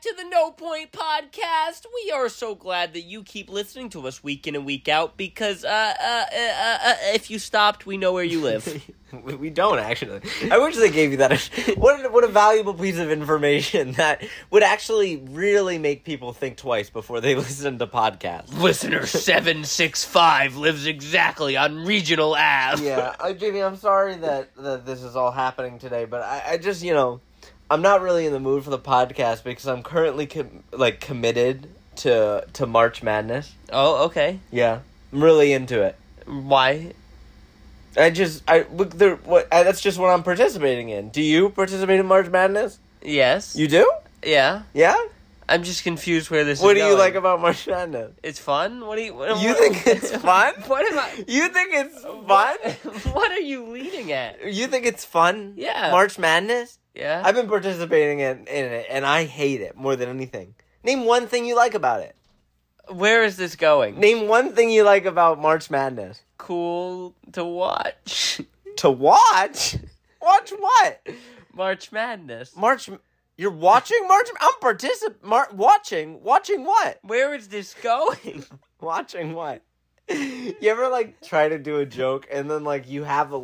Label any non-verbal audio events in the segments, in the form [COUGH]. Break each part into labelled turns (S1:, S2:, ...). S1: to the No Point Podcast. We are so glad that you keep listening to us week in and week out because uh, uh, uh, uh, uh, if you stopped, we know where you live.
S2: [LAUGHS] We we don't actually. I wish they gave you that. [LAUGHS] What a, what a valuable piece of information [LAUGHS] that would actually really make people think twice before they [LAUGHS] listen to podcasts.
S1: [LAUGHS] Listener 765 lives exactly on Regional Ave.
S2: Yeah, uh, Jamie, I'm sorry that, that this is all happening today, but I, I just you know, I'm not really in the mood for the podcast because I'm currently com- like committed to to March Madness.
S1: Oh, okay.
S2: Yeah, I'm really into it.
S1: Why?
S2: I just I look there. What I, that's just what I'm participating in. Do you participate in March Madness?
S1: Yes.
S2: You do?
S1: yeah.
S2: Yeah.
S1: I'm just confused where this is
S2: What do you
S1: going.
S2: like about March Madness?
S1: It's fun? What do you. What,
S2: You
S1: what- [LAUGHS]
S2: think it's fun?
S1: What am I.
S2: You think it's [LAUGHS] fun?
S1: what [LAUGHS] are you leading at?
S2: You think it's fun?
S1: Yeah.
S2: March Madness?
S1: Yeah.
S2: I've been participating in, in it and I hate it more than anything. Name one thing you like about it.
S1: Where is this going?
S2: Name one thing you like about March Madness.
S1: cool to watch. [LAUGHS]
S2: To watch? Watch what?
S1: March Madness.
S2: March You're watching March I'm particip Mar- watching watching what?
S1: Where is this going?
S2: Watching what? You ever like try to do a joke and then like you have a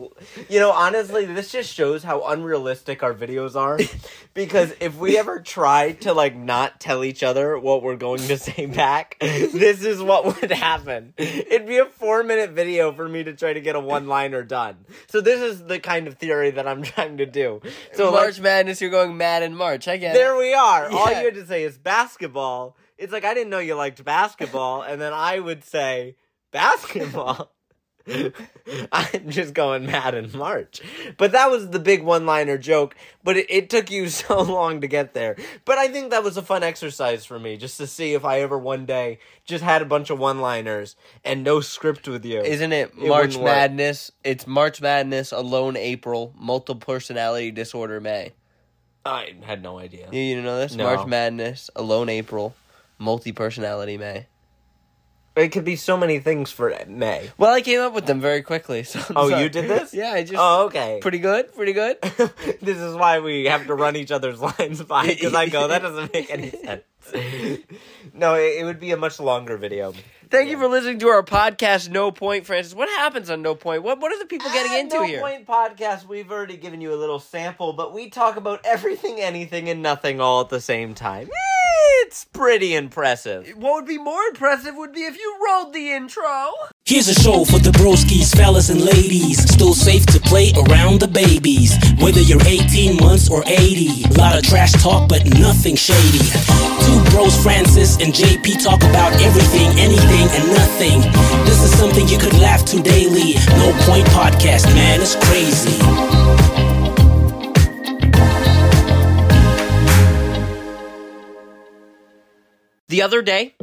S2: you know honestly this just shows how unrealistic our videos are because if we ever try to like not tell each other what we're going to say back this is what would happen it'd be a 4 minute video for me to try to get a one liner done so this is the kind of theory that I'm trying to do so like,
S1: March Madness, you're going mad in March. I get
S2: there we are. All you
S1: Yeah.
S2: had to say is basketball. It's like I didn't know you liked basketball, and then I would say basketball. [LAUGHS] I'm just going mad in March. But that was the big one liner joke, but it, it took you [LAUGHS] so long to get there. But I think that was a fun exercise for me, just to see if I ever one day just had a bunch of one liners and no script with you.
S1: it. Isn't it
S2: wouldn't
S1: March
S2: work.
S1: Madness? It's March Madness, alone April, multiple personality disorder May.
S2: I had no idea.
S1: You, you know this?
S2: No.
S1: March Madness, alone April, multi personality May.
S2: It could be so many things for May.
S1: Well, I came up with them very quickly. So I'm
S2: Oh,
S1: sorry.
S2: you did
S1: [LAUGHS]
S2: this?
S1: Yeah, I just.
S2: Oh, okay.
S1: Pretty good, pretty good.
S2: [LAUGHS] this is why we have to run each other's lines by because I go, that doesn't make [LAUGHS] any sense. no, it, it would be a much longer video.
S1: Thank you for listening to our podcast, No Point, Francis. What happens on No Point? What What are the people getting
S2: At
S1: into
S2: Ah, no
S1: here?
S2: Point podcast. We've already given you a little sample, but we talk about everything, anything, and nothing all at the same time. It's pretty impressive.
S1: What would be more impressive would be if you rolled the intro.
S3: Here's a show for the broskies, fellas and ladies. Still safe to play around the babies. Whether you're 18 months or 80. Lot of trash talk, but nothing shady. Two bros, Francis and JP, talk about everything, anything, and nothing. This is something you could laugh to daily. No point podcast, man, it's crazy.
S1: The other
S2: [LAUGHS]
S1: day,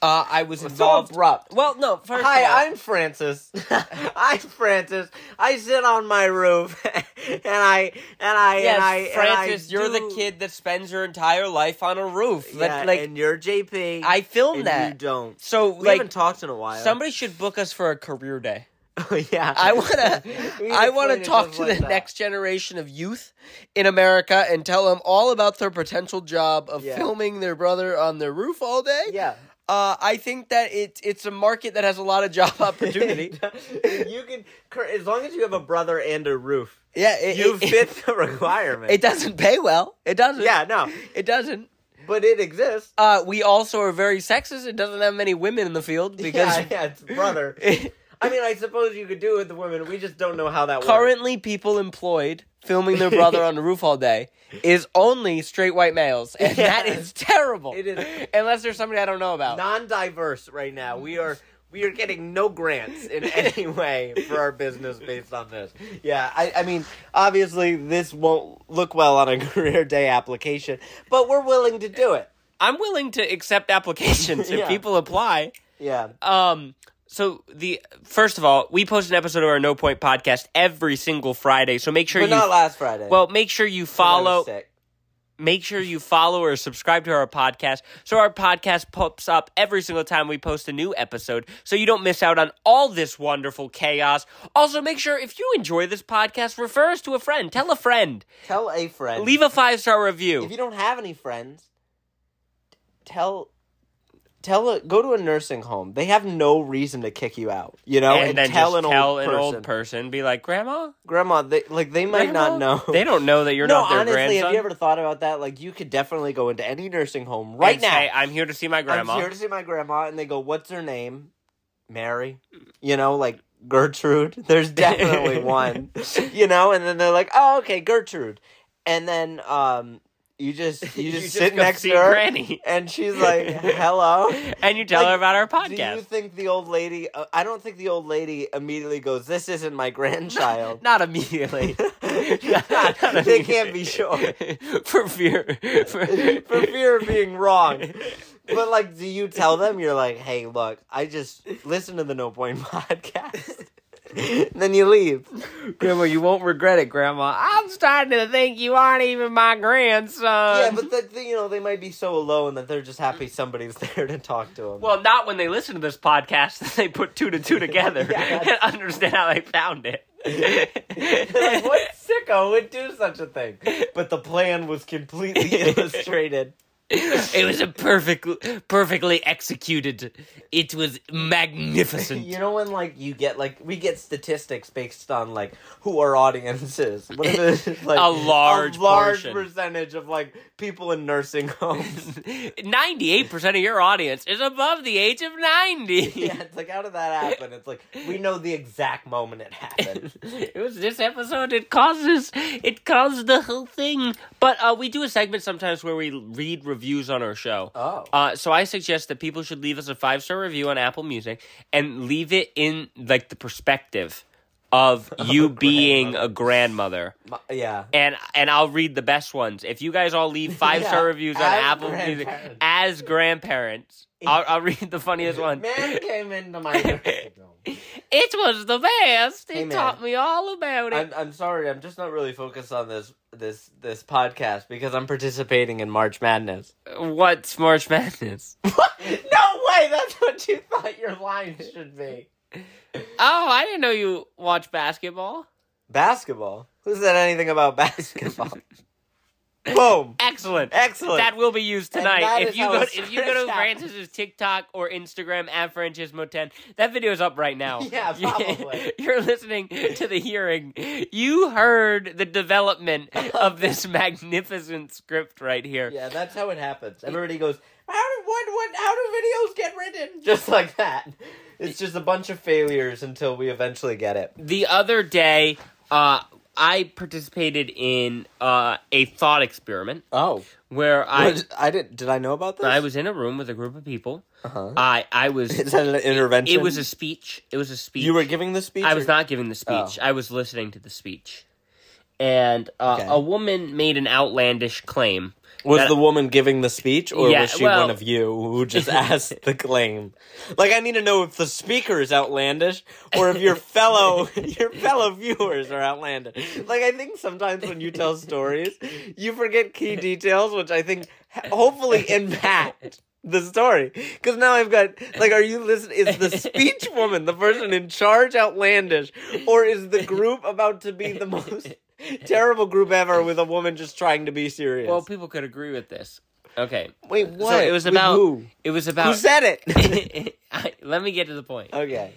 S1: uh, I was involved.
S2: abrupt.
S1: Well, no. First, of all-
S2: Hi, I'm Francis. [LAUGHS] I'm Francis. I sit on my roof, [LAUGHS] and I and I
S1: Yes,
S2: and I and I
S1: Francis. you're
S2: do-
S1: the kid that spends your entire life on a roof. That,
S2: Yeah,
S1: like
S2: and you're JP.
S1: I filmed
S2: and
S1: that.
S2: You don't.
S1: So
S2: We
S1: like
S2: haven't talked in a while.
S1: somebody should book us for a career
S2: [LAUGHS]
S1: day.
S2: oh, [LAUGHS] yeah.
S1: I wanna,
S2: [LAUGHS] We
S1: I
S2: explain
S1: wanna
S2: it
S1: talk
S2: just
S1: to
S2: like
S1: the
S2: that.
S1: next generation of youth in America and tell them all about their potential job of
S2: Yeah.
S1: filming their brother on their roof all day.
S2: Yeah.
S1: Uh, I think that it's it's a market that has a lot of
S2: [LAUGHS]
S1: job opportunity.
S2: you can, cur- as long as you have a brother and a roof,
S1: yeah, it,
S2: you
S1: [LAUGHS] it-
S2: fit the requirement.
S1: It doesn't pay well. It doesn't.
S2: yeah, no,
S1: It doesn't.
S2: but it exists.
S1: Uh, we also are very sexist. It doesn't have many women in the field because
S2: [LAUGHS] yeah, yeah,
S1: [LAUGHS]
S2: it's brother. I mean, I suppose you could do it with the women. We just don't know how that works.
S1: currently people employed filming their brother on the roof all day is only straight white males, and
S2: Yeah.
S1: that is terrible.
S2: It is.
S1: unless there's somebody I don't know about.
S2: Non-diverse right now. We are we are getting no grants
S1: [LAUGHS]
S2: in any way for our business based on this. Yeah, I, I mean, obviously this won't look well on a [LAUGHS] career day application, but we're willing to do it.
S1: I'm willing to accept applications if
S2: [LAUGHS] Yeah.
S1: people apply.
S2: Yeah.
S1: Um. So the first of all, we post an episode of our No Point podcast every single Friday. So make sure
S2: But
S1: you
S2: not last Friday.
S1: well make sure you
S2: when I was
S1: follow.
S2: sick.
S1: make sure you follow or subscribe to our podcast so our podcast pops up every single time we post a new episode so you don't miss out on all this wonderful chaos. Also, make sure if you enjoy this podcast, refer us to a friend. Tell a friend.
S2: Tell a friend.
S1: Leave a five star
S2: if
S1: review.
S2: you don't have any friends, tell tell a, go to a nursing home. They have no reason to kick you out, you know.
S1: and, then
S2: tell
S1: just
S2: an
S1: tell
S2: old
S1: an
S2: person,
S1: old person, be like, Grandma,
S2: grandma, they like they might
S1: Grandma?"
S2: not know.
S1: They don't know that you're
S2: no,
S1: not their
S2: honestly,
S1: grandson.
S2: have you ever thought about that? Like, you could definitely go into any nursing home right
S1: and
S2: now.
S1: say, I'm here to see my grandma.
S2: I'm here to see my grandma, and they go, "What's her name?" Mary. You know, like Gertrude. [LAUGHS]
S1: [LAUGHS]
S2: There's definitely one. You know, and then they're like, "Oh, okay, Gertrude," and then um, you just
S1: [LAUGHS]
S2: you just sit
S1: go
S2: next
S1: see
S2: to her,
S1: Granny,
S2: and she's
S1: [LAUGHS]
S2: like, "Hello."
S1: and you tell
S2: Like,
S1: her about our
S2: Do you
S1: podcast.
S2: think the old lady? Uh, I don't think the old lady immediately goes, "This
S1: [LAUGHS]
S2: isn't my grandchild." [LAUGHS]
S1: Not immediately. [LAUGHS] Not
S2: they can't
S1: [LAUGHS] immediately.
S2: be sure
S1: for fear. For,
S2: for fear of being [LAUGHS] wrong. But like, do you tell them you're like, hey, look, I just listen to the No Point [LAUGHS] podcast, [LAUGHS] and then you leave.
S1: Grandma, you won't regret it, Grandma. I'm starting to think you aren't even my grandson.
S2: Yeah, but the, the, you know they might be so alone that they're just happy somebody's [LAUGHS] there to talk to them.
S1: well, not when they listen to this podcast. They put two to [LAUGHS] two together
S2: Yeah,
S1: and
S2: that's-
S1: understand how they found it. [LAUGHS]
S2: like, what sicko would do such a thing? But the plan was [LAUGHS] completely illustrated.
S1: It was a perfect, perfectly executed. It was [LAUGHS] magnificent.
S2: You know when like you get like we get statistics based on like who our audience is. What if [LAUGHS] it's, like
S1: A large
S2: a large
S1: portion.
S2: percentage of like people in nursing [LAUGHS] homes?
S1: 98% of your audience is above the age of 90. [LAUGHS]
S2: yeah, it's like how did that happen? It's like we know the exact moment
S1: [LAUGHS]
S2: it happened.
S1: it was this episode. It causes it caused the whole thing. But uh, we do a segment sometimes where we read reviews on our show.
S2: Oh.
S1: Uh, so I suggest that people should leave us a five star review on Apple Music and leave it in like the perspective
S2: [LAUGHS]
S1: of you being a grandmother.
S2: My- yeah.
S1: And and I'll read the best ones. If you guys all leave five star
S2: [LAUGHS] Yeah,
S1: reviews on
S2: as
S1: Apple Music
S2: grandparents.
S1: as grandparents, I'll, I'll read the funniest one.
S2: Man came
S1: [LAUGHS]
S2: into my nursing home.
S1: It was the best. He
S2: Hey, man.
S1: taught me all about it.
S2: I'm I'm sorry, I'm just not really focused on this this this podcast because I'm participating in March Madness. [LAUGHS]
S1: What's March Madness?
S2: What? No way, that's what you thought your line should be.
S1: Oh, I didn't know you watch basketball.
S2: Basketball? Who said anything about basketball?
S1: [LAUGHS]
S2: Boom!
S1: Excellent.
S2: Excellent.
S1: That will be used
S2: And that
S1: tonight. If
S2: is
S1: you
S2: how
S1: go,
S2: a
S1: if you go
S2: [LAUGHS] script
S1: to
S2: happens.
S1: Francis's TikTok or Instagram at Francismo10, that video's up right now.
S2: [LAUGHS] Yeah, probably.
S1: [LAUGHS] You're listening to the hearing. You heard the
S2: [LAUGHS]
S1: development of this magnificent script right here.
S2: yeah, that's how it happens. Everybody goes, how do, what, what, how do videos get written? [LAUGHS] Just like that. It's just a bunch of failures until we eventually get it.
S1: the other day, uh, I participated in uh, a thought experiment
S2: Oh.
S1: where I
S2: I did, did I know about this?
S1: I was in a room with a group of people.
S2: Uh-huh. [LAUGHS]
S1: I I was.
S2: Is that an intervention?
S1: It was a speech. It was a speech.
S2: You were giving the speech?
S1: I
S2: or-
S1: was not giving the
S2: Oh.
S1: speech. I was listening to the speech, and uh,
S2: Okay.
S1: a woman made an outlandish claim.
S2: Was
S1: that-
S2: the woman giving the speech, or
S1: Yeah,
S2: was she
S1: well-
S2: one of you
S1: [LAUGHS]
S2: who just asked the claim? Like, I need to know if the speaker is outlandish, or if your fellow [LAUGHS] your fellow viewers are outlandish. Like, I think sometimes when you tell stories, you forget key details, which I think ha- hopefully impact the story. Because now I've got like, are you listening? Is the speech woman the person in charge outlandish, or is the group about to be
S1: [LAUGHS]
S2: the most? Terrible group ever with a woman just trying to be serious.
S1: Well, people could agree with this. Okay,
S2: Wait, what?
S1: so it was
S2: With
S1: about
S2: who?
S1: it was
S2: Who
S1: [LAUGHS] about.
S2: said it? [LAUGHS]
S1: I- let me get to the point.
S2: okay.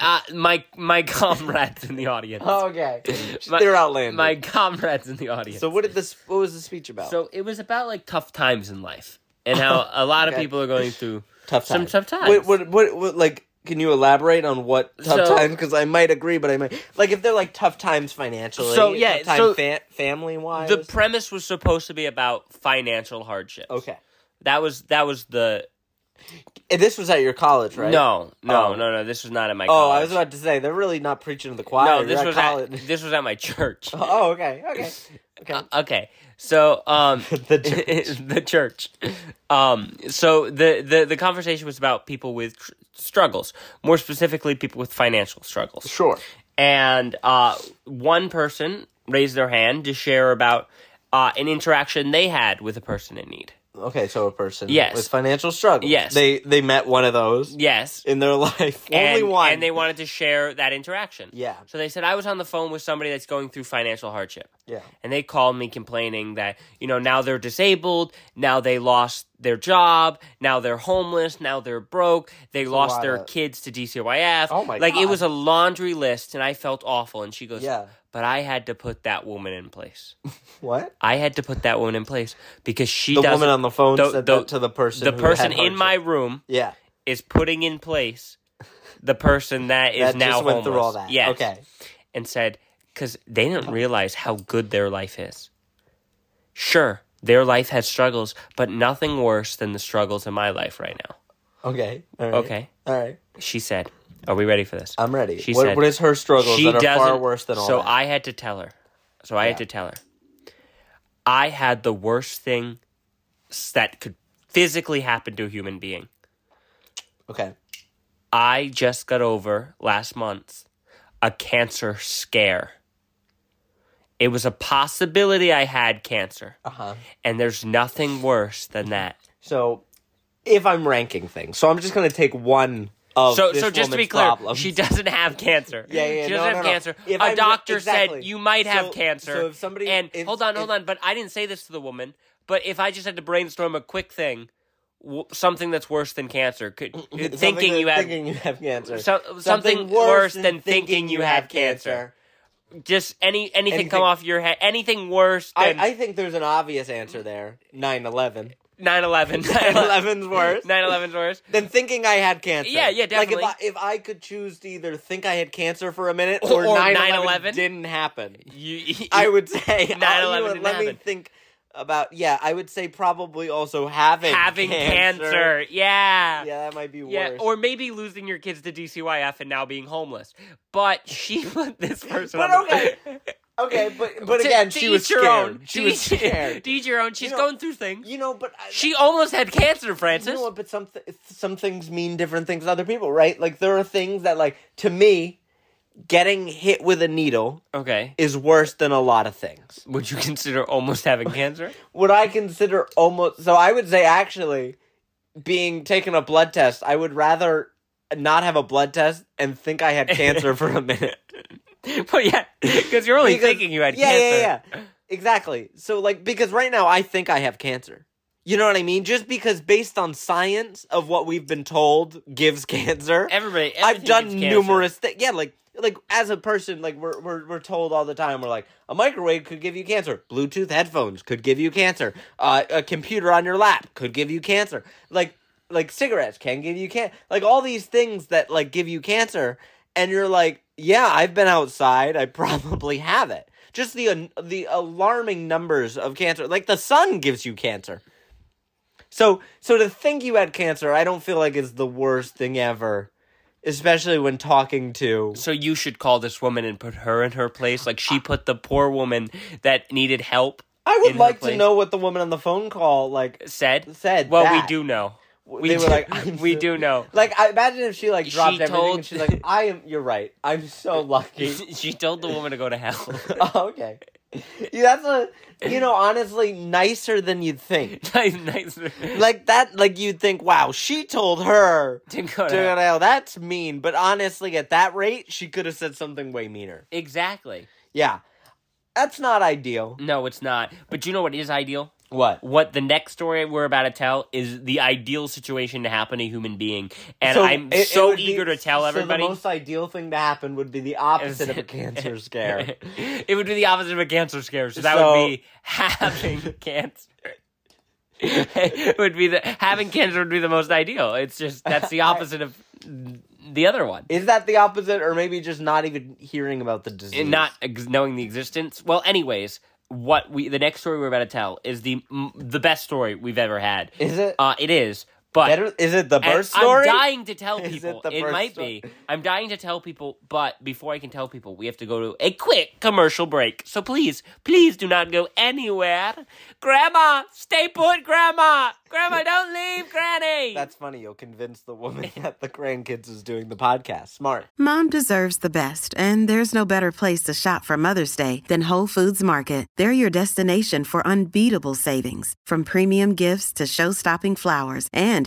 S1: Uh, my my comrades in the audience.
S2: Oh. Okay.
S1: My-
S2: They're outlandish.
S1: My comrades in the audience.
S2: so what did this? What was the speech about?
S1: So it was about like tough times in life and
S2: [LAUGHS]
S1: how a lot of
S2: Okay.
S1: people are going through
S2: tough
S1: some tough times.
S2: Wait, what, what? What? Like, can you elaborate on what tough
S1: So-
S2: times? Because I might agree, but I might like if they're like tough times financially.
S1: So, yeah,
S2: Tough time
S1: so-
S2: fa- family wise.
S1: the premise was supposed to be about financial hardships.
S2: okay.
S1: That was that was the
S2: And this was at your college, right?
S1: no no
S2: Oh.
S1: no no. This was not at my.
S2: Oh,
S1: college.
S2: I was about to say they're really not preaching to the choir.
S1: No, this
S2: You're
S1: was
S2: at college. [LAUGHS]
S1: at this was at my church. [LAUGHS]
S2: oh, okay, okay, okay.
S1: Okay, so um,
S2: [LAUGHS] The church.
S1: [LAUGHS] the church. Um, so the, the the conversation was about people with tr- struggles, more specifically people with financial struggles.
S2: sure.
S1: and uh, one person raised their hand to share about uh, an interaction they had with a person in need.
S2: Okay, so a person
S1: Yes.
S2: with financial struggles.
S1: Yes.
S2: They they met one of those
S1: Yes.
S2: in their [LAUGHS] life.
S1: And,
S2: Only one.
S1: and they wanted to share that interaction.
S2: Yeah.
S1: So they said, I was on the phone with somebody that's going through financial hardship.
S2: Yeah.
S1: And they called me complaining that, you know, now they're disabled, now they lost their job, now they're homeless, now they're broke, they lost
S2: lot
S1: their
S2: of-
S1: kids to DCYF.
S2: Oh my
S1: like it
S2: God.
S1: was a laundry list and I felt awful and she goes,
S2: Yeah.
S1: but I had to put that woman in place.
S2: What?
S1: I had to put that woman in place because she
S2: The
S1: doesn't
S2: woman on the phone
S1: the-
S2: said
S1: the-
S2: that to the person.
S1: the
S2: who
S1: person
S2: had
S1: in
S2: hardship.
S1: my room
S2: Yeah.
S1: is putting in place the person that is
S2: that
S1: now
S2: just went
S1: homeless.
S2: through all that.
S1: Yes.
S2: Okay.
S1: and said because they didn't realize how good their life is. Sure, their life has struggles, but nothing worse than the struggles in my life right now.
S2: Okay. All right.
S1: Okay,
S2: All right.
S1: she said. Are we ready for this?
S2: I'm ready.
S1: She
S2: what,
S1: said-
S2: what is her struggles
S1: she
S2: that are far
S1: doesn't-
S2: worse than all
S1: So
S2: that?
S1: I had to tell her. So I had to tell her. I had the worst thing s- that could physically happen to a human being.
S2: okay.
S1: I just got over last month a cancer scare. It was a possibility I had cancer,
S2: Uh huh.
S1: and there's nothing worse than that.
S2: So if I'm ranking things, so I'm just gonna take one of
S1: So,
S2: this
S1: so just to be
S2: woman's
S1: clear,
S2: problems.
S1: she doesn't have cancer.
S2: Yeah, yeah,
S1: she
S2: no,
S1: doesn't
S2: no,
S1: have
S2: no.
S1: cancer.
S2: If
S1: A
S2: I'm-
S1: doctor
S2: exactly.
S1: said you might have
S2: So-
S1: cancer.
S2: so if somebody-
S1: and
S2: if-
S1: hold on, hold
S2: if-
S1: on, but I didn't say this to the woman. But if I just had to brainstorm a quick thing, w- something that's worse than cancer,
S2: [LAUGHS]
S1: could
S2: Something
S1: thinking
S2: that-
S1: you have
S2: thinking you have cancer.
S1: So- something worse than thinking you have cancer. just any anything,
S2: Anything-
S1: come off your head, anything worse
S2: I,
S1: than
S2: I think there's an obvious answer there.
S1: [LAUGHS]
S2: 9-11. [LAUGHS]
S1: 9/11.
S2: 9-11's [LAUGHS] worse.
S1: 9/11's worse.
S2: than thinking I had cancer.
S1: Yeah, yeah, definitely.
S2: Like if I, if I could choose to either think I had cancer for a minute
S1: Or
S2: or,
S1: 9/11.
S2: 9-11
S1: [LAUGHS]
S2: didn't happen,
S1: You,
S2: I would
S1: [LAUGHS]
S2: say
S1: 9/11
S2: 9-11
S1: didn't
S2: Let me
S1: happen.
S2: think about, yeah, I would say probably also having
S1: having cancer. Yeah.
S2: Yeah, that might be worse.
S1: Yeah, or maybe losing your kids to DCYF and now being homeless. But she [LAUGHS] put this person.
S2: But
S1: on the-
S2: okay, okay, but but
S1: To-
S2: again,
S1: to
S2: she
S1: each
S2: was
S1: your
S2: scared.
S1: Own.
S2: She
S1: To
S2: was
S1: each- [LAUGHS]
S2: scared.
S1: to each your own. She's
S2: know-
S1: going through things.
S2: You know, but uh, I,
S1: she almost had cancer,
S2: you
S1: Francis.
S2: know what? But some th- some things mean different things to other people, right? Like there are things that, like to me, getting hit with a needle
S1: okay.
S2: is worse than a lot of things.
S1: Would you consider almost having
S2: [LAUGHS]
S1: cancer?
S2: Would I consider almost? So I would say actually, being taken a blood test, I would rather not have a blood test and think I
S1: [LAUGHS]
S2: had cancer for a minute.
S1: but yeah, because you're only
S2: Because-
S1: thinking you had
S2: yeah,
S1: cancer.
S2: yeah, yeah. Exactly. So like because right now I think I have cancer. You know what I mean? Just because based on science of what we've been told gives [LAUGHS] cancer.
S1: Everybody,
S2: I've
S1: everything
S2: done
S1: gives cancer.
S2: numerous things. Yeah, like like as a person, like we're, we're we're told all the time, we're like a microwave could give you cancer. Bluetooth headphones could give you cancer. Uh, a computer on your lap could give you cancer. Like like cigarettes can give you can like all these things that like give you cancer, and you're like, yeah, I've been outside. I [LAUGHS] probably have it. Just the an- the alarming numbers of cancer. Like the sun gives you cancer. So so to think you had cancer, I don't feel like is the worst thing ever, especially when talking to.
S1: So you should call this woman and put her in her place, like she put the poor woman that needed help.
S2: I would
S1: in her
S2: like to
S1: place.
S2: know what the woman on the phone call like
S1: Said
S2: Said
S1: Well, we
S2: that.
S1: do know. We
S2: they were
S1: do- [LAUGHS]
S2: like I'm
S1: we
S2: so- [LAUGHS]
S1: do know.
S2: Like I imagine if she like
S1: She
S2: dropped everything
S1: told-
S2: and she's like I am you're right. I'm
S1: [LAUGHS]
S2: so lucky. [LAUGHS] Oh,
S1: she told the woman to go to hell. [LAUGHS]
S2: okay. Yeah, that's a you know honestly nicer than you'd think.
S1: nice, nice. Like,
S2: Like that like you'd think wow, she
S1: [LAUGHS]
S2: told her
S1: to go to
S2: Dude,
S1: hell.
S2: now that's mean, but honestly, at that rate, she could have said something way meaner.
S1: Exactly.
S2: Yeah. That's not ideal.
S1: No, it's not. But you know what is ideal?
S2: What?
S1: What the next story we're about to tell is the ideal situation to happen to a human being, and I'm
S2: it- it
S1: so
S2: would be-
S1: eager to tell
S2: so
S1: everybody.
S2: the most ideal thing to happen would be the
S1: [LAUGHS]
S2: opposite of a cancer scare.
S1: it would be the opposite of a cancer scare. So that
S2: So-
S1: would be having
S2: [LAUGHS]
S1: cancer. [LAUGHS] it would be the having cancer would be the most ideal. It's just that's
S2: [LAUGHS]
S1: the opposite of the other one.
S2: Is that the opposite, or maybe just not even hearing about the disease?
S1: And not ex- knowing the existence. Well, anyways, what we the next story we're about to tell is the m- the best story we've ever had.
S2: Is it
S1: Uh, it is, but
S2: better? Is it the
S1: and
S2: birth story?
S1: I'm dying to tell
S2: [LAUGHS] Is
S1: people.
S2: it the
S1: It,
S2: birth
S1: might
S2: story?
S1: be. I'm dying to tell people, but before I can tell people, we have to go to a quick commercial break. So please, please do not go anywhere. Grandma, stay put, Grandma. Grandma, don't leave, Granny.
S2: That's funny. You'll convince the
S1: [LAUGHS]
S2: woman that the grandkids is doing the podcast. Smart.
S4: Mom deserves the best, and there's no better place to shop for Mother's Day than Whole Foods Market. They're your destination for unbeatable savings, from premium gifts to show-stopping flowers and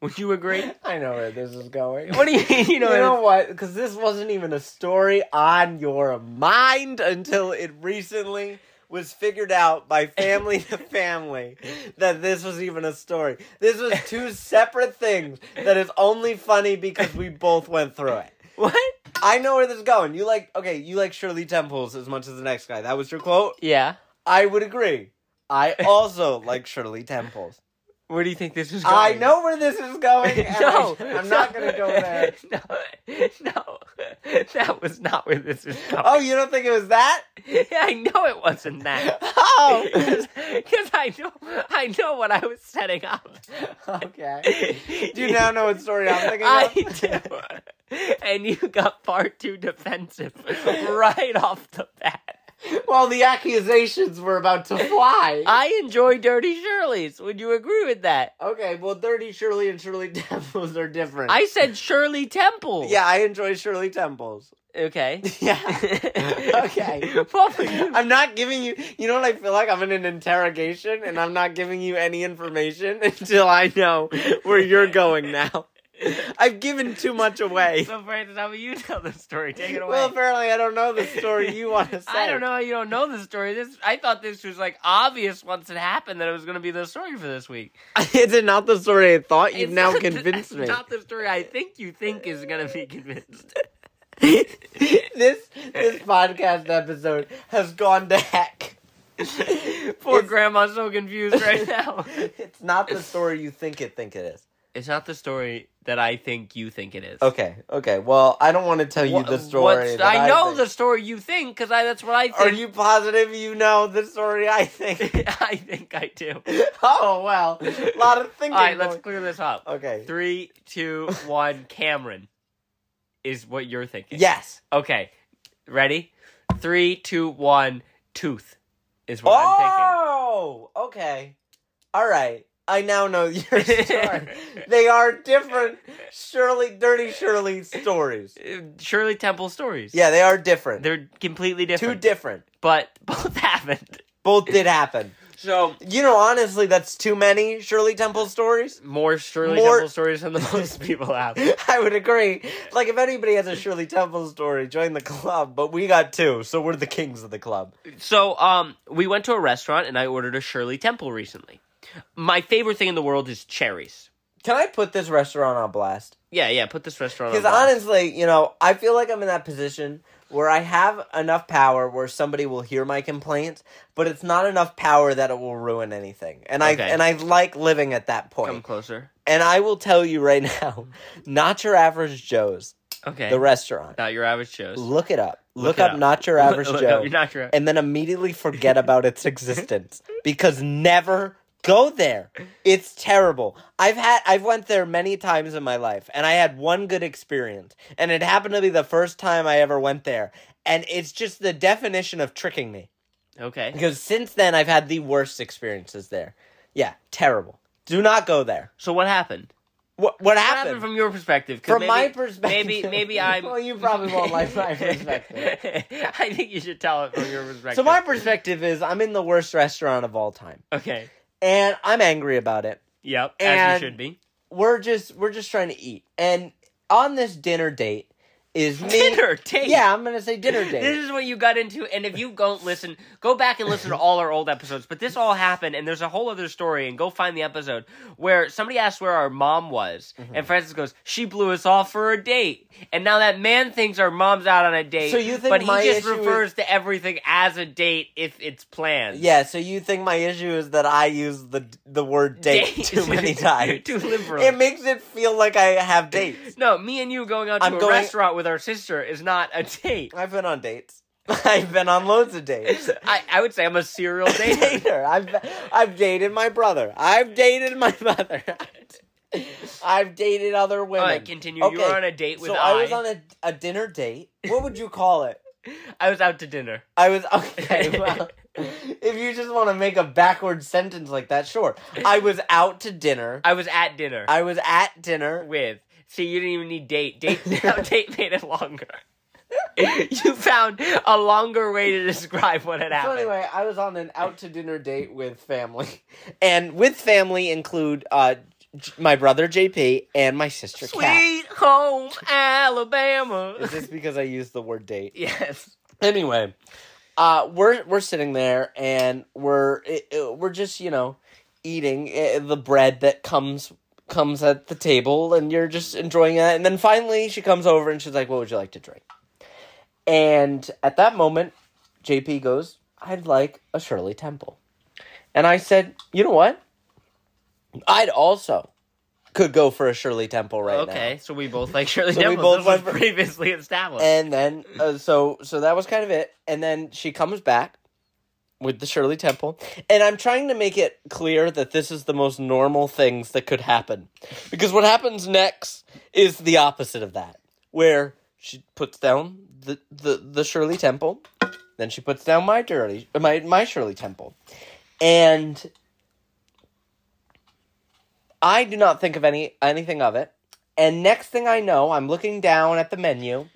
S1: Would you agree?
S2: [LAUGHS] I know where this is
S1: [LAUGHS]
S2: going.
S1: What do you mean? You
S2: You
S1: know,
S2: know what? Because this wasn't even a story on your mind until it recently was figured out by family
S1: [LAUGHS]
S2: to family that this was even a story. This was two separate things that is only funny because we both went through it.
S1: what?
S2: I know where this is going. You like okay, you like Shirley Temples as much as the next guy. That was your quote.
S1: Yeah.
S2: I would agree. I
S1: [LAUGHS]
S2: also like Shirley Temples.
S1: Where do you think this is going?
S2: I
S1: [LAUGHS]
S2: know where this is going. and
S1: No,
S2: I- I'm not gonna
S1: [LAUGHS]
S2: go there.
S1: No, no, [LAUGHS] that was not where this is going.
S2: Oh, you don't think it was that?
S1: yeah, [LAUGHS] I know it wasn't that. [LAUGHS]
S2: Oh,
S1: because I know, I know what I was setting up.
S2: [LAUGHS] okay. Do you now know what story I'm thinking
S1: [LAUGHS] I
S2: of?
S1: do. And you got far too defensive [LAUGHS] right off the bat.
S2: Well, the accusations were about to fly.
S1: I enjoy Dirty Shirley's. Would you agree with that?
S2: okay, well, Dirty Shirley and Shirley [LAUGHS] Temples are different.
S1: I said Shirley Temple.
S2: yeah, I enjoy Shirley Temples.
S1: Okay. [LAUGHS]
S2: Yeah. Okay.
S1: What were you-
S2: I'm not giving you. You know what I feel like? I'm in an interrogation, and I'm not giving you any information [LAUGHS] until I know where you're going now. I've given too much away.
S1: [LAUGHS] so, Francis, how will you tell the story? Take it away.
S2: Well, apparently, I don't know the story you want to say.
S1: I don't know. how You don't know the story. This I thought this was like obvious once it happened that it was going to be the story for this week.
S2: [LAUGHS] Is it not the story I thought? You've
S1: It's
S2: now
S1: not the-
S2: convinced me.
S1: It's not the story I think you think is going to be
S2: [LAUGHS]
S1: convinced.
S2: this this podcast episode has gone to heck.
S1: Poor
S2: It's-
S1: grandma's so confused right
S2: [LAUGHS]
S1: now.
S2: It's not the story you think it think it is.
S1: it's not the story that I think you think it is.
S2: Okay, okay. Well, I don't want to tell you
S1: Wha-
S2: the
S1: what's-
S2: story. that
S1: I know the
S2: think.
S1: story you think because I that's what I
S2: Are
S1: think.
S2: you positive you know the story I think? [LAUGHS]
S1: [LAUGHS] I think I do.
S2: oh well, a lot of thinking.
S1: All right, let's
S2: going-
S1: clear this up.
S2: Okay.
S1: Three,
S2: [LAUGHS]
S1: two, one. Cameron is what you're thinking.
S2: Yes.
S1: Okay. Ready? Three, two, one. Tooth is what I'm
S2: oh, okay. All right. I now know
S1: [LAUGHS]
S2: your story. they are different Shirley, Dirty Shirley stories.
S1: thinking. Uh, Shirley Temple stories.
S2: Oh! Yeah, they are different.
S1: They're completely
S2: Two
S1: different.
S2: different.
S1: but [LAUGHS] both happened.
S2: Both did happen.
S1: So
S2: You know, honestly, that's too many Shirley Temple stories. [LAUGHS]
S1: more Shirley
S2: More-
S1: Temple stories than the
S2: [LAUGHS]
S1: most people have.
S2: I would agree. Like, if anybody has a Shirley Temple story, join the club. But we got two, so we're the kings of the club.
S1: So um we went to a restaurant and I ordered a Shirley Temple recently. My favorite thing in the world is cherries.
S2: Can I put this restaurant on blast?
S1: Yeah, yeah, put this restaurant on.
S2: Because
S1: blast.
S2: honestly, you know, I feel like I'm in that position where I have enough power where somebody will hear my complaints, but it's not enough power that it will ruin anything. And I
S1: Okay.
S2: and I like living at that point.
S1: come closer.
S2: And I will tell you right now, [LAUGHS] not your average Joe's,
S1: Okay.
S2: the restaurant.
S1: Not your average shows.
S2: Look it up. Look,
S1: it
S2: up,
S1: up.
S2: Not Your
S1: [LAUGHS]
S2: Average
S1: Look
S2: Joe.
S1: up Not Your-
S2: and then immediately forget about
S1: [LAUGHS]
S2: its existence because never go there. It's terrible. I've had I've went there many times in my life and I had one good experience and it happened to be the first time I ever went there and it's just the definition of tricking me
S1: Okay.
S2: because since then I've had the worst experiences there. Yeah, terrible. Do not go there.
S1: So what happened?
S2: What what
S1: What happened
S2: happened?
S1: from your perspective? 'Cause
S2: From
S1: maybe-
S2: my perspective.
S1: maybe [LAUGHS]
S2: [LAUGHS]
S1: maybe I'm.
S2: Well, you probably won't like [LAUGHS] my perspective.
S1: [LAUGHS] I think you should tell it from your perspective.
S2: So my perspective is I'm in the worst restaurant of all time.
S1: okay.
S2: and I'm angry about it.
S1: Yep. as
S2: And-
S1: you should
S2: [LAUGHS]
S1: be.
S2: We're just we're just trying to eat. And on this dinner date is me
S1: Dinner date?
S2: Yeah, I'm gonna say dinner date.
S1: This is what you got into, and if you don't listen, go back and listen to all our old episodes. But this all happened, and there's a whole other story, and go find the episode where somebody asked where our mom was,
S2: Mm-hmm.
S1: and Francis goes, "She blew us off for a date," and now that man thinks our mom's out on a date.
S2: So you think
S1: but
S2: my
S1: he just
S2: issue is-
S1: refers to everything as a date if it's planned.
S2: yeah, so you think my issue is that I use the the
S1: [LAUGHS]
S2: word date,
S1: Date.
S2: too many times.
S1: Too liberal.
S2: It makes it feel like I have dates.
S1: No, me and you going out to
S2: I'm
S1: a
S2: going-
S1: restaurant with our sister is not a date.
S2: I've been on dates. [LAUGHS] I've been on loads of dates.
S1: I, I would say I'm a
S2: [LAUGHS]
S1: serial dater.
S2: Dater. I've I've dated my brother. I've dated my [LAUGHS] mother. I've dated other women.
S1: All right, continue. You were on a date with
S2: so
S1: I.
S2: I was on a, a dinner date. What would you call it?
S1: I was out to dinner.
S2: I was [LAUGHS]
S1: [LAUGHS]
S2: okay. Well, if you just want to make a backward sentence like that, sure. I was out to dinner.
S1: I was at dinner
S2: I was at dinner.
S1: with. See, you didn't even need date.
S2: [LAUGHS]
S1: Date [LAUGHS] now date made it longer. [LAUGHS] you found a longer way to describe what had
S2: So
S1: happened.
S2: anyway, I was on an out to dinner date with family, [LAUGHS] and with family include uh, J- my brother JP and my sister Kat.
S1: Sweet home Alabama.
S2: Is this because I used the word date?
S1: [LAUGHS] yes.
S2: anyway, uh, we're we're sitting there and we're it, it- we're just you know eating uh, the bread that comes comes at the table, and you're just enjoying that. And then finally, she comes over and she's like, "What would you like to drink?" And at that moment, JP goes, "I'd like a Shirley Temple," and I said, "You know what? I'd also." Could go for a Shirley Temple right now.
S1: Okay, so we both like Shirley
S2: we
S1: Temple.
S2: both
S1: this was
S2: went for-
S1: previously established.
S2: and then uh, so so that was kind of it and then she comes back with the shirley temple and i'm trying to make it clear that this is the most normal things that could happen because what happens next is the opposite of that where she puts down the the, the shirley temple then she puts down my dirty my my shirley temple and i do not think of any anything of it and next thing I know, I'm looking down at the menu.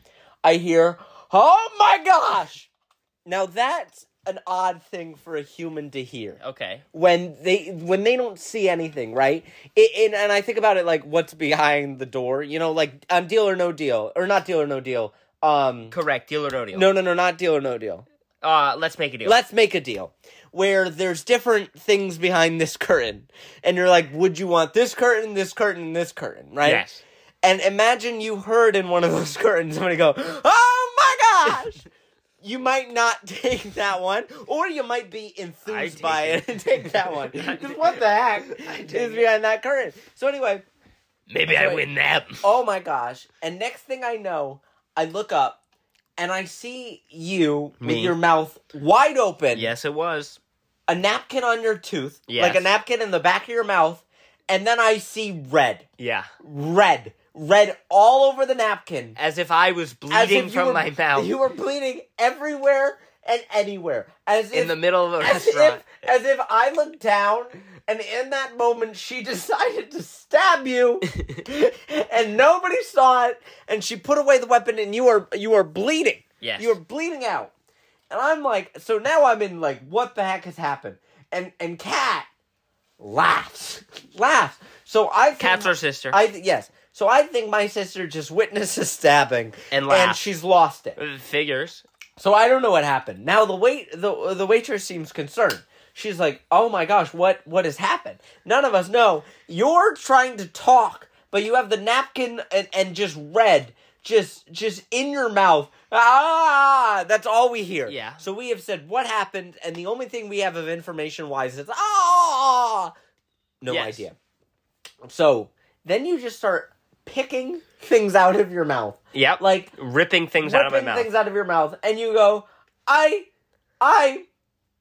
S2: I hear, oh my gosh! Now that's an odd thing for a human to hear.
S1: okay.
S2: When they when they don't see anything, right? It, and, and I think about it like what's behind the door, you know, like on Deal or No Deal, or not Deal or No Deal. Um,
S1: Correct. Deal or no deal.
S2: no, no, no, not Deal or No Deal.
S1: Uh, let's make a deal.
S2: Let's make a deal where there's different things behind this curtain, and you're like, would you want this curtain, this curtain, this curtain, right?
S1: Yes.
S2: And imagine you heard in one of those [LAUGHS] curtains somebody go, "Oh my
S1: [LAUGHS]
S2: gosh!" you might not [LAUGHS] take that one, or you might be enthused
S1: take
S2: by it
S1: it.
S2: and take that
S1: [LAUGHS]
S2: one. Because what the heck is behind that curtain? So anyway,
S1: Maybe I win that.
S2: oh my gosh! And next thing I know, I look up and I see you with
S1: Me.
S2: your mouth wide open
S1: Yes, it was.
S2: a napkin on your tooth,
S1: Yes.
S2: like a napkin in the back of your mouth, and then I see red,
S1: Yeah.
S2: red, red all over the napkin.
S1: As if I was
S2: As
S1: bleeding
S2: if you
S1: from
S2: were-
S1: my mouth
S2: You were bleeding everywhere and anywhere. As if,
S1: in the middle of a
S2: [LAUGHS] as
S1: restaurant.
S2: if, as if I looked down, and in that moment, she [LAUGHS] decided to stab you,
S1: [LAUGHS]
S2: and nobody saw it, and she put away the weapon, and you are you are bleeding.
S1: Yes.
S2: you are bleeding out, and I'm like, so now I'm in like, what the heck has happened? And and Cat laughs, [LAUGHS] laughs. So I think-
S1: Cat's our sister.
S2: I th- yes. So I think my sister just witnessed a stabbing
S1: And
S2: and
S1: laughed.
S2: she's lost it.
S1: Figures.
S2: So I don't know what happened. Now the wait the the waitress seems concerned. She's like, "Oh my gosh, what what has happened?" None of us know. You're trying to talk, but you have the napkin and, and just red, just just in your mouth. Ah, that's all we hear.
S1: Yeah.
S2: So we have said what happened, and the only thing we have of information wise is ah, no
S1: Yes.
S2: idea. So then you just start picking things out of your mouth,
S1: Yep.
S2: like
S1: ripping things out of my
S2: ripping
S1: mouth.
S2: things out of your mouth, and you go, I, I,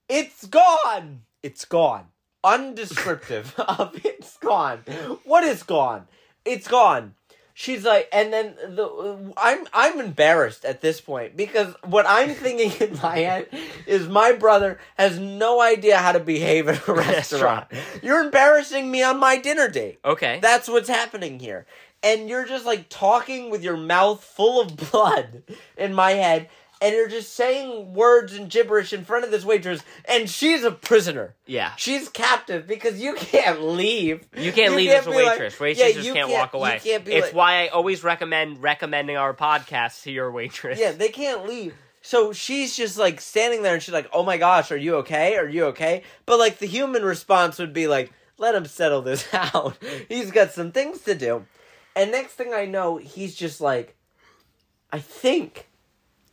S2: it's gone. It's gone. Undescriptive [LAUGHS] of it's gone. What is gone? It's gone. She's like, and then the I'm I'm embarrassed at this point because what I'm thinking in my head is my brother has no idea how to
S1: [LAUGHS]
S2: behave at a restaurant. You're embarrassing me on my dinner date.
S1: okay.
S2: That's what's happening here. And you're just like talking with your mouth full of [LAUGHS] blood in my head, and you're just saying words and gibberish in front of this waitress, and she's a prisoner. [LAUGHS]
S1: yeah.
S2: She's captive because you can't leave.
S1: You can't leave as a
S2: be like-
S1: waitress.
S2: Yeah,
S1: Waitresses
S2: you
S1: can't, walk
S2: you
S1: away.
S2: can't be
S1: it's
S2: like-
S1: why I always recommend recommending our podcast to your waitress.
S2: Yeah, they can't leave. So she's just like standing there and she's like, "Oh my gosh, are you okay? Are you okay?" But like the human response would be like, "Let him settle this [LAUGHS] out. he's got some things to do." And next thing I know, he's just like, "I think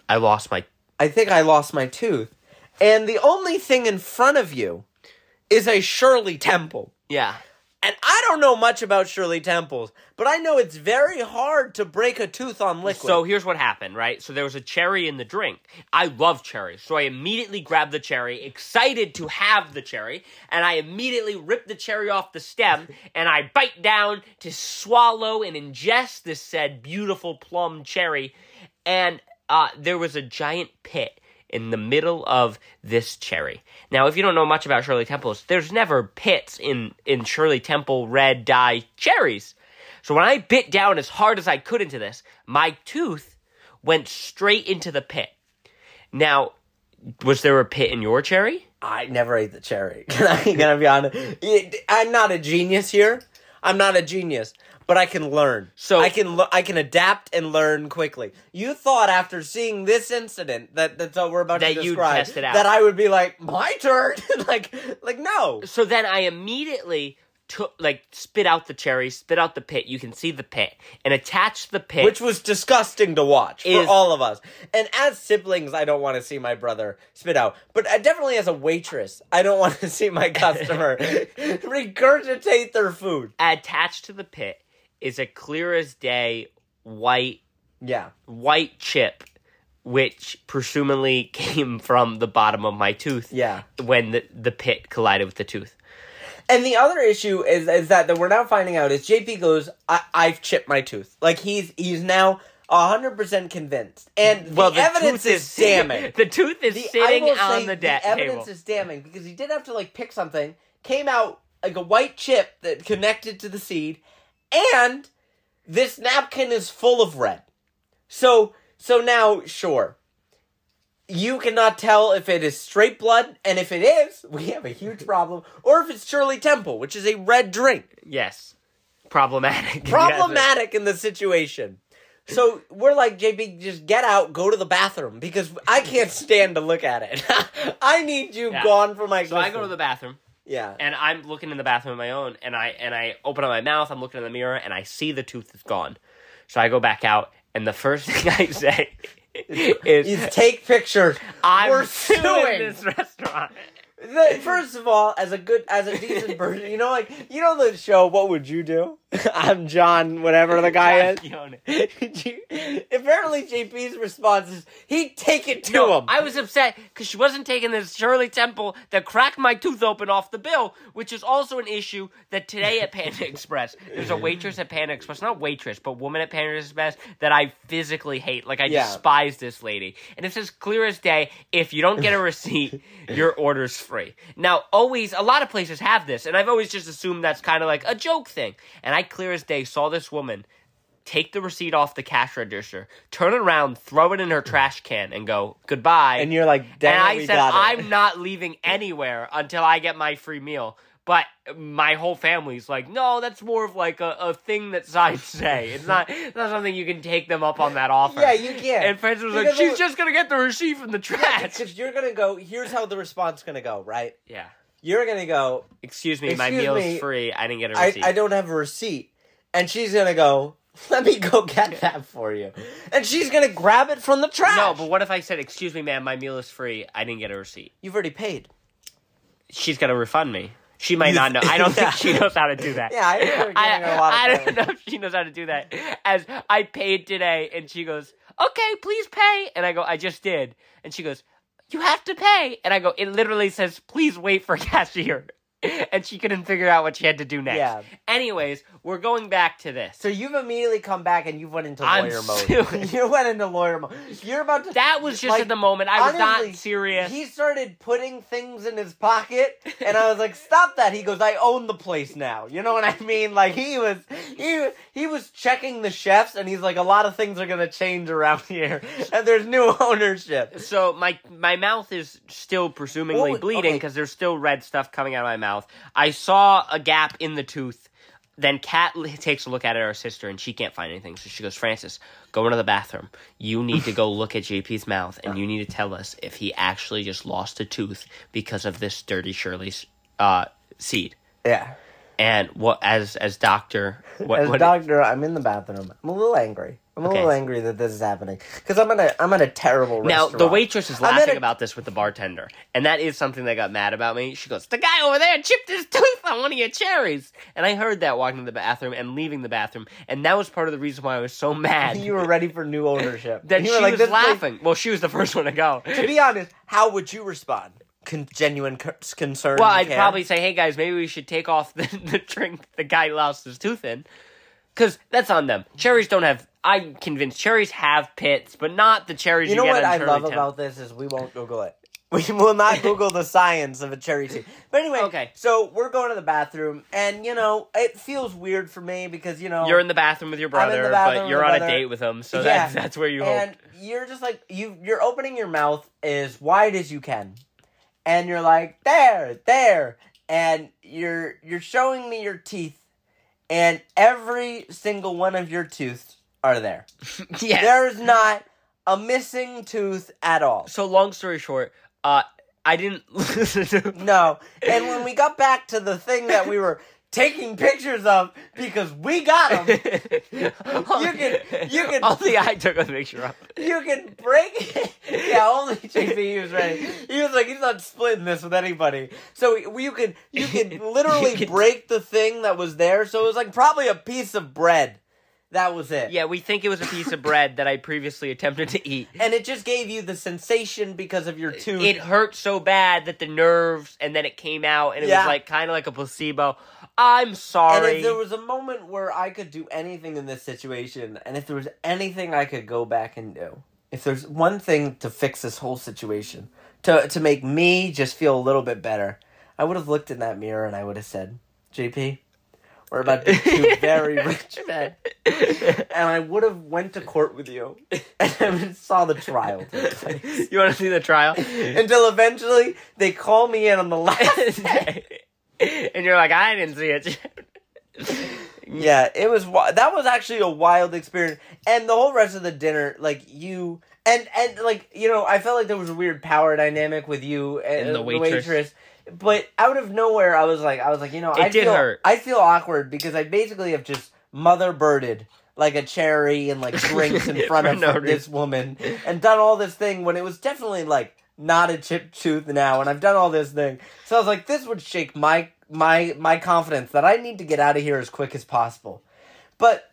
S1: I lost my.
S2: I think I lost my tooth." And the only thing in front of you is a Shirley Temple.
S1: Yeah.
S2: And I don't know much about Shirley Temples, but I know it's very hard to break a tooth on liquid.
S1: So here's what happened, right? So there was a cherry in the drink. I love cherries. So I immediately grabbed the cherry, excited to have the cherry, and I immediately ripped the cherry off the stem and I bite down to swallow and ingest this said beautiful plum cherry. And uh, there was a giant pit in the middle of this cherry. Now, if you don't know much about Shirley Temples, there's never pits in, in Shirley Temple red dye cherries. So when I bit down as hard as I could into this, my tooth went straight into the pit. Now, was there a pit in your cherry?
S2: I never ate the cherry. [LAUGHS] Can I, can I be honest? It- I'm not a genius here. I'm not a genius, but I can learn.
S1: So-
S2: I can le- I can adapt and learn quickly. You thought after seeing this incident that that's what we're about
S1: That
S2: to
S1: you'd
S2: describe
S1: test it out.
S2: that I would be like my turn, [LAUGHS] like like no.
S1: So then I immediately took like spit out the cherry, spit out the pit. You can see the pit and attach the pit.
S2: Which was disgusting to watch for
S1: Is-
S2: all of us. And as siblings, I don't want to see my brother spit out. But I definitely as a waitress, I don't [LAUGHS] want to see
S1: [LAUGHS]
S2: my customer regurgitate their food.
S1: attached to the pit is a clear as day white
S2: Yeah.
S1: white chip which presumably [LAUGHS] came from the bottom of my tooth
S2: Yeah.
S1: when the, the pit collided with the tooth.
S2: And the other issue is is that that we're now finding out is JP goes, I- I've chipped my tooth. Like he's he's now hundred percent convinced, and the, evidence is, [LAUGHS] damning.
S1: [LAUGHS] The tooth is
S2: The- I
S1: sitting
S2: will
S1: on
S2: say
S1: the debt
S2: evidence
S1: table.
S2: is damning because he did have to like pick something, came out like a white chip that connected to the seed, and this napkin is full of red. So so now sure. You cannot tell if it is straight blood, and if it is, we have a huge problem, or if it's Shirley Temple, which is a red drink
S1: yes, problematic. [LAUGHS] Yes.
S2: problematic in the situation. So we're like, JP, just get out, go to the bathroom because I can't stand to look at it. [LAUGHS] I need you
S1: Yeah.
S2: gone for my.
S1: So I go to the bathroom
S2: yeah.
S1: and I'm looking in the bathroom on my own, and I and I open up my mouth. I'm looking in the mirror, and I see the tooth is gone. So I go back out, and the first [LAUGHS] thing I say
S2: You
S1: is,
S2: take pictures.
S1: "I'm
S2: We're
S1: suing
S2: suing.
S1: this restaurant."
S2: [LAUGHS] The- first of all, as a good, as
S1: [LAUGHS]
S2: a decent person, you know, like you know the show. What would you do? [LAUGHS] I'm John, whatever the guy is.
S1: Giacchione.
S2: [LAUGHS] Apparently, JP's response is he'd take it to
S1: No,
S2: him.
S1: I was upset because she wasn't taking this Shirley Temple that cracked my tooth open off the bill, which is also an issue that today at Panda
S2: [LAUGHS]
S1: Express, there's a waitress at Panda Express, not waitress, but woman at Panda Express that I physically hate. Like, I
S2: Yeah.
S1: despise this lady. And it says clear as day if you don't get
S2: [LAUGHS]
S1: a receipt, your order's free. Now, always, a lot of places have this, and I've always just assumed that's kind of like a joke thing. And I clear as day saw this woman take the receipt off the cash register, turn around, throw it in her trash can, and go goodbye.
S2: and you're like, damn,
S1: And
S2: we
S1: I said,
S2: got it. [LAUGHS]
S1: I'm not leaving anywhere until I get my free meal. But my whole family's like, no, that's more of like a, a thing that signs say. It's not, it's not something you can take them up on that offer.
S2: Yeah, you can't.
S1: And Francis was like,
S2: Because
S1: she's
S2: it-
S1: just gonna get the receipt from the trash.
S2: Because you're gonna go. Here's how the response gonna go, right?
S1: Yeah.
S2: You're gonna go.
S1: Excuse me, my
S2: Excuse
S1: meal's
S2: me,
S1: free. I didn't get a
S2: I,
S1: receipt.
S2: I don't have a receipt, and she's gonna go. [LAUGHS] Let me go get that for you, and she's gonna grab it from the trash.
S1: no, but what if I said, excuse me, ma'am, my meal is free. I didn't get a receipt.
S2: you've already paid.
S1: she's gonna refund me. She might not know. I don't
S2: [LAUGHS] Yeah.
S1: think she knows how to do that.
S2: Yeah, I think we're
S1: [LAUGHS] I,
S2: getting a lot of
S1: I don't
S2: credit.
S1: know if she knows how to do that. As I paid today, and she goes, "Okay, please pay," and I go, "I just did," and she goes, "You have to pay," and I go, "It literally says, please wait for [LAUGHS] cashier," and she couldn't figure out what she had to do next.
S2: Yeah.
S1: Anyways, we're going back to this.
S2: So you've immediately come back and you've went into
S1: I'm
S2: lawyer
S1: suing.
S2: mode. [LAUGHS] you went into lawyer mode. You're about to.
S1: that was just
S2: like,
S1: in the moment. I was
S2: honestly,
S1: not serious.
S2: He started putting things in his pocket, and I was like, "Stop that!" He goes, "I own the place now." You know what I mean? Like he was, he he was checking the chefs, and he's like, "A lot of things are gonna change around [LAUGHS] here, and there's new ownership."
S1: So my my mouth is still presumably
S2: Oh,
S1: bleeding
S2: okay.
S1: because there's still red stuff coming out of my mouth. I saw a gap in the tooth. Then Kat l- takes a look at it, our sister, and she can't find anything. So she goes, Francis, go into the bathroom. You need to go look at JP's mouth, and you need to tell us if he actually just lost a tooth because of this dirty Shirley's uh, seed.
S2: Yeah.
S1: And what as as doctor what
S2: As
S1: what
S2: doctor, I'm in the bathroom. I'm a little angry. I'm a
S1: Okay.
S2: little angry that this is happening because I'm at a I'm at a terrible
S1: Now
S2: restaurant.
S1: the waitress is
S2: I'm at
S1: laughing
S2: a-
S1: about this with the bartender, and that is something that got mad about me. She goes, "The guy over there chipped his tooth on one of your cherries," and I heard that walking to the bathroom and leaving the bathroom, and that was part of the reason why I was so mad
S2: You were ready for new ownership.
S1: that
S2: You
S1: she
S2: were like,
S1: was
S2: "This place-
S1: laughing. well, she was the first one to go.
S2: To be honest, how would you respond? Con- genuine c- concern.
S1: [LAUGHS] Well,
S2: and
S1: I'd
S2: care?
S1: probably say, "Hey guys, maybe we should take off the, [LAUGHS] the drink the guy lost his tooth in, because that's on them. Cherries don't have. I'm convinced cherries have pits, but not the cherries.
S2: You
S1: You,
S2: know
S1: get
S2: what
S1: on
S2: I
S1: Shirley
S2: love
S1: Temple.
S2: about this is we won't Google it. [LAUGHS] We
S1: [LAUGHS]
S2: will not Google the science of a cherry tooth. But anyway,
S1: Okay.
S2: So we're going to the bathroom, and you know it feels weird for me because you know
S1: You're in the bathroom with your
S2: Oh. I'm in the
S1: brother,
S2: bathroom
S1: but
S2: with
S1: you're
S2: my
S1: on a
S2: brother.
S1: date with him, so that's that's where you hope.
S2: and you're just like you you're opening your mouth as wide as you can, and you're like there there, and you're you're showing me your teeth, and every single one of your teeth are there.
S1: Yeah.
S2: There's not a missing tooth at all.
S1: so long story short, uh, I didn't. [LAUGHS]
S2: No. And when we got back to the thing that we were taking pictures of because we got them,
S1: you
S2: can- you can-
S1: Only I took a picture of. it.
S2: you can break it. yeah, only JP was ready. He was like, he's not splitting this with anybody. So we- you could you could
S1: [LAUGHS]
S2: literally
S1: You could-
S2: break the thing that was there. So it was like probably a piece of bread. That was it.
S1: Yeah, we think it was a piece of bread that I previously attempted to eat.
S2: And it just gave you the sensation because of your tooth.
S1: It hurt so bad that the nerves, and then it came out, and it
S2: Yeah.
S1: was like kind of like a placebo. I'm
S2: And
S1: sorry.
S2: if there was a moment where I could do anything in this situation, and if there was anything I could go back and do, if there's one thing to fix this whole situation, to to make me just feel a little bit better, I would have looked in that mirror and I would have said, "JP, we're about to be two very rich men," and I would have went to court with you and I would have saw the trial take place.
S1: [LAUGHS] you want to see the
S2: [LAUGHS]
S1: trial?
S2: until eventually they call me in on
S1: [LAUGHS]
S2: the last.
S1: and you're like, I didn't see it.
S2: Yeah, it was wi- that was actually a wild experience, and the whole rest of the dinner, like you and and like you know, I felt like there was a weird power dynamic with you and,
S1: And the
S2: the, waitress.
S1: waitress.
S2: But out of nowhere, I was like, I was like, you know, I
S1: did
S2: feel,
S1: hurt.
S2: I feel awkward because I basically have just mother birded like a cherry and like
S1: [LAUGHS]
S2: drinks in front
S1: For
S2: of
S1: no
S2: this woman and done all this thing when it was definitely like not a chipped tooth now, and I've done all this thing. So I was like, this would shake my my my confidence that I need to get out of here as quick as possible.
S1: [LAUGHS]
S2: But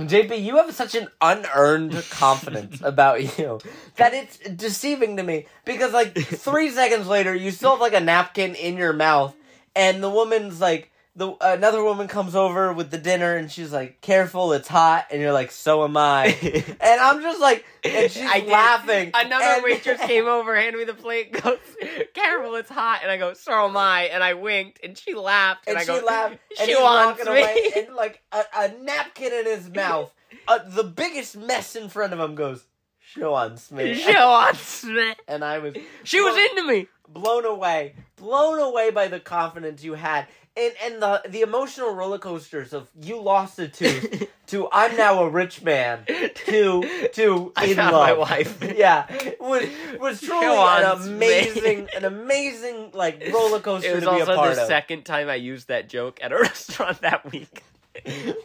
S2: JP, you have such an unearned
S1: [LAUGHS]
S2: confidence about you that it's deceiving to me because like three seconds later, you still have like a napkin in your mouth, and the woman's like. The, another woman comes over with the dinner and she's like, "Careful, it's hot." And you're like, "So am I."
S1: [LAUGHS]
S2: and I'm just like, and she's
S1: I did.
S2: laughing.
S1: Another
S2: and, [LAUGHS]
S1: waitress came over, handed me the plate, [LAUGHS] goes, Carol, it's hot. And I go, so am I. And I winked, and she laughed. And,
S2: and,
S1: I
S2: she
S1: go, [LAUGHS]
S2: laughed and
S1: she
S2: he's
S1: wants
S2: walking
S1: me.
S2: away and like a, a napkin in his mouth uh, the biggest mess in front of him goes she wants
S1: [LAUGHS] [LAUGHS]
S2: me
S1: she wants me.
S2: and i was
S1: [LAUGHS] She was into me. [LAUGHS]
S2: blown away blown away by the confidence you had and and the the emotional roller coasters of you lost a
S1: [LAUGHS]
S2: tooth to i'm now a rich man to to
S1: I
S2: in
S1: found
S2: love
S1: my [LAUGHS] wife.
S2: [LAUGHS] yeah, was was truly an
S1: wants me.
S2: amazing, an amazing like roller
S1: [LAUGHS]
S2: coaster
S1: It was
S2: to be a
S1: also
S2: part
S1: the
S2: of.
S1: second time I used that joke at a [LAUGHS] restaurant that week. [LAUGHS]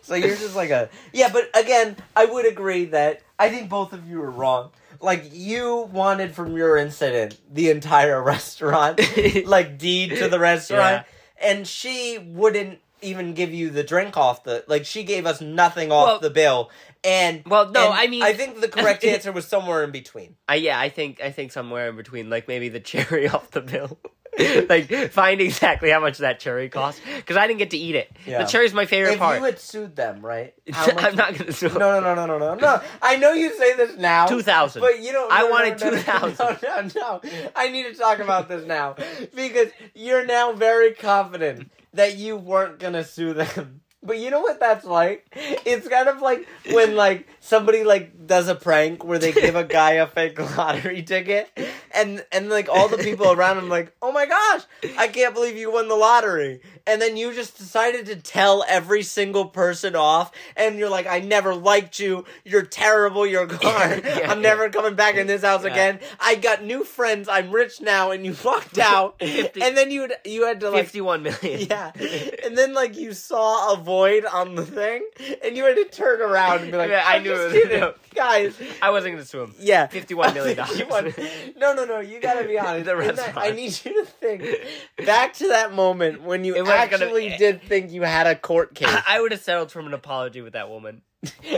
S2: So you're just like a yeah, but again, I would agree that I think both of you are wrong. Like you wanted from your incident the entire
S1: [LAUGHS]
S2: [LAUGHS] restaurant, like deed to the restaurant, and she wouldn't even give you the drink off the like she gave us nothing off
S1: Well-
S2: the bill. And
S1: Well, no,
S2: and
S1: I mean-
S2: I think
S1: [LAUGHS]
S2: the correct answer was somewhere in between.
S1: I, yeah, I think I think somewhere in between, like maybe the [LAUGHS] cherry off the bill. [LAUGHS] like find exactly how much that cherry cost because I didn't get to eat it.
S2: Yeah.
S1: The cherry's my favorite
S2: If
S1: part.
S2: you had sued
S1: [LAUGHS]
S2: them, right? How much-
S1: I'm not gonna. sue [LAUGHS] him.
S2: No, no, no, no, no, no, no. I know you say this now.
S1: 2,000.
S2: But you don't.
S1: I
S2: no, no,
S1: wanted
S2: [LAUGHS] no, no,
S1: 2,000.
S2: No, no, no. I need to talk about this now because you're now very confident that you weren't gonna sue them. [LAUGHS] But you know what that's like? It's kind of like when like somebody like does a prank where they give a guy a fake lottery ticket, and and like all the people around him like, "Oh my gosh, I can't believe you won the lottery." And then you just decided to tell every single person off and you're like, "I never liked you. You're terrible. You're gone.
S1: [LAUGHS] Yeah,
S2: I'm
S1: yeah.
S2: never coming back in this house
S1: Yeah.
S2: again. I got new friends. I'm rich now." And you [LAUGHS]
S1: [LAUGHS]
S2: walked out.
S1: Fifty-
S2: and then you would you had to like
S1: Fifty-one million.
S2: [LAUGHS] yeah. And then like you saw a void on the thing and you had to turn around and be like,
S1: Yeah, I
S2: "I'm
S1: knew
S2: just
S1: it was a
S2: kidding,
S1: joke."
S2: Guys,
S1: [LAUGHS] I wasn't gonna swim.
S2: yeah. [LAUGHS]
S1: $51 million
S2: $51. no, no, no. You got to be
S1: [LAUGHS]
S2: honest.
S1: The
S2: In that-
S1: restaurant.
S2: I need you to think back to that moment when you
S1: It was gonna-
S2: actually did think you had a court case.
S1: [LAUGHS] I would have settled for an apology with that woman.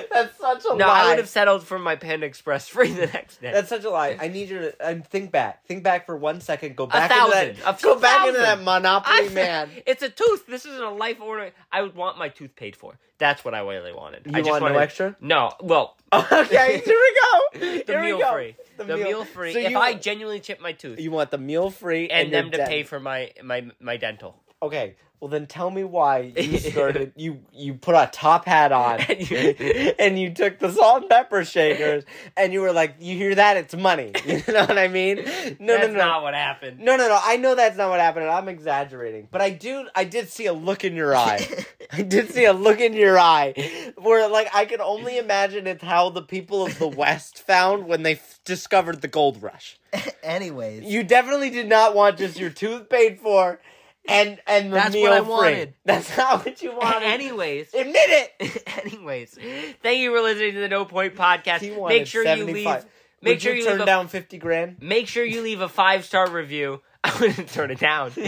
S2: That's such a
S1: No, I
S2: lie.
S1: would have settled for my Panda Express [LAUGHS] free the next day.
S2: That's such a lie. I need you to and think back. Think back for one second. Go back
S1: thousand.
S2: into that.
S1: A few
S2: go back into
S1: thousand.
S2: that Monopoly
S1: I-
S2: man.
S1: [LAUGHS] It's a tooth. This isn't a life order. I would want my tooth paid for. That's what I really wanted.
S2: You
S1: I just
S2: want no
S1: wanted
S2: extra?
S1: No. Well,
S2: okay, [LAUGHS] here we go.
S1: the
S2: Here we
S1: meal
S2: go.
S1: free. The, meal, free.
S2: So
S1: if
S2: you,
S1: I genuinely chip my tooth
S2: you want the meal free
S1: and
S2: your
S1: them to
S2: debt.
S1: pay for my my my
S2: [LAUGHS]
S1: dental. [LAUGHS]
S2: Okay, well then tell me why you started. you you put a top hat on,
S1: And you-
S2: [LAUGHS] and you took the salt and pepper shakers, and you were like, you hear that? It's money. [LAUGHS] You know what I mean? No,
S1: That's
S2: no, no.
S1: not what happened.
S2: no, no, no. I know that's not what happened, and I'm exaggerating. But I do, I did see a look in your
S1: [LAUGHS]
S2: eye. I did see a look in your eye, where like I can only imagine it's how the people of the West found when they f- discovered the gold rush.
S5: Anyways,
S2: You definitely did not want just your tooth paid for, and and the
S1: That's
S2: meal
S1: what I
S2: free.
S1: wanted.
S2: That's not what you wanted.
S1: Anyways,
S2: Admit it.
S1: [LAUGHS] anyways, thank you for listening to the No Point Podcast. Make sure you leave. Make
S2: Would
S1: sure
S2: you,
S1: you,
S2: turn
S1: leave a,
S2: down fifty grand.
S1: Make sure you leave a five star review. [LAUGHS] I wouldn't turn it
S2: [LAUGHS]
S1: down. [LAUGHS]
S2: I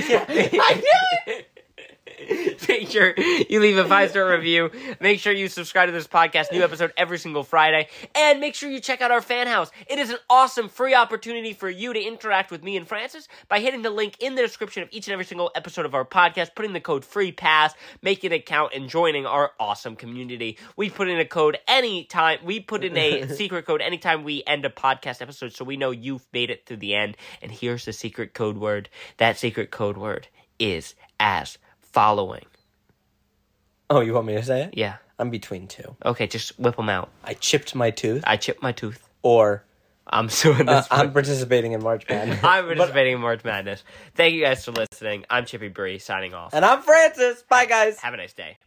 S2: knew it.
S1: Make sure you leave a five star review. Make sure you subscribe to this podcast. New episode every single Friday. And make sure you check out our fan house. It is an awesome free opportunity for you to interact with me and Francis by hitting the link in the description of each and every single episode of our podcast, putting the code free pass, making an account, and joining our awesome community. We put in a code anytime. We put in a secret code anytime we end a podcast episode so we know you've made it through the end. And here's the secret code word. That secret code word is as following.
S2: Oh, you want me to say it?
S1: Yeah.
S2: I'm between two.
S1: Okay, just whip them out.
S2: I chipped my tooth,
S1: I chipped my tooth.
S2: or
S1: I'm [LAUGHS] suing
S2: uh,
S1: this.
S2: I'm participating in March Madness.
S1: I'm
S2: [LAUGHS]
S1: participating in March Madness. Thank you guys for listening. I'm Chippy Bree signing off.
S2: and I'm Francis. Bye, guys.
S1: Have a nice day.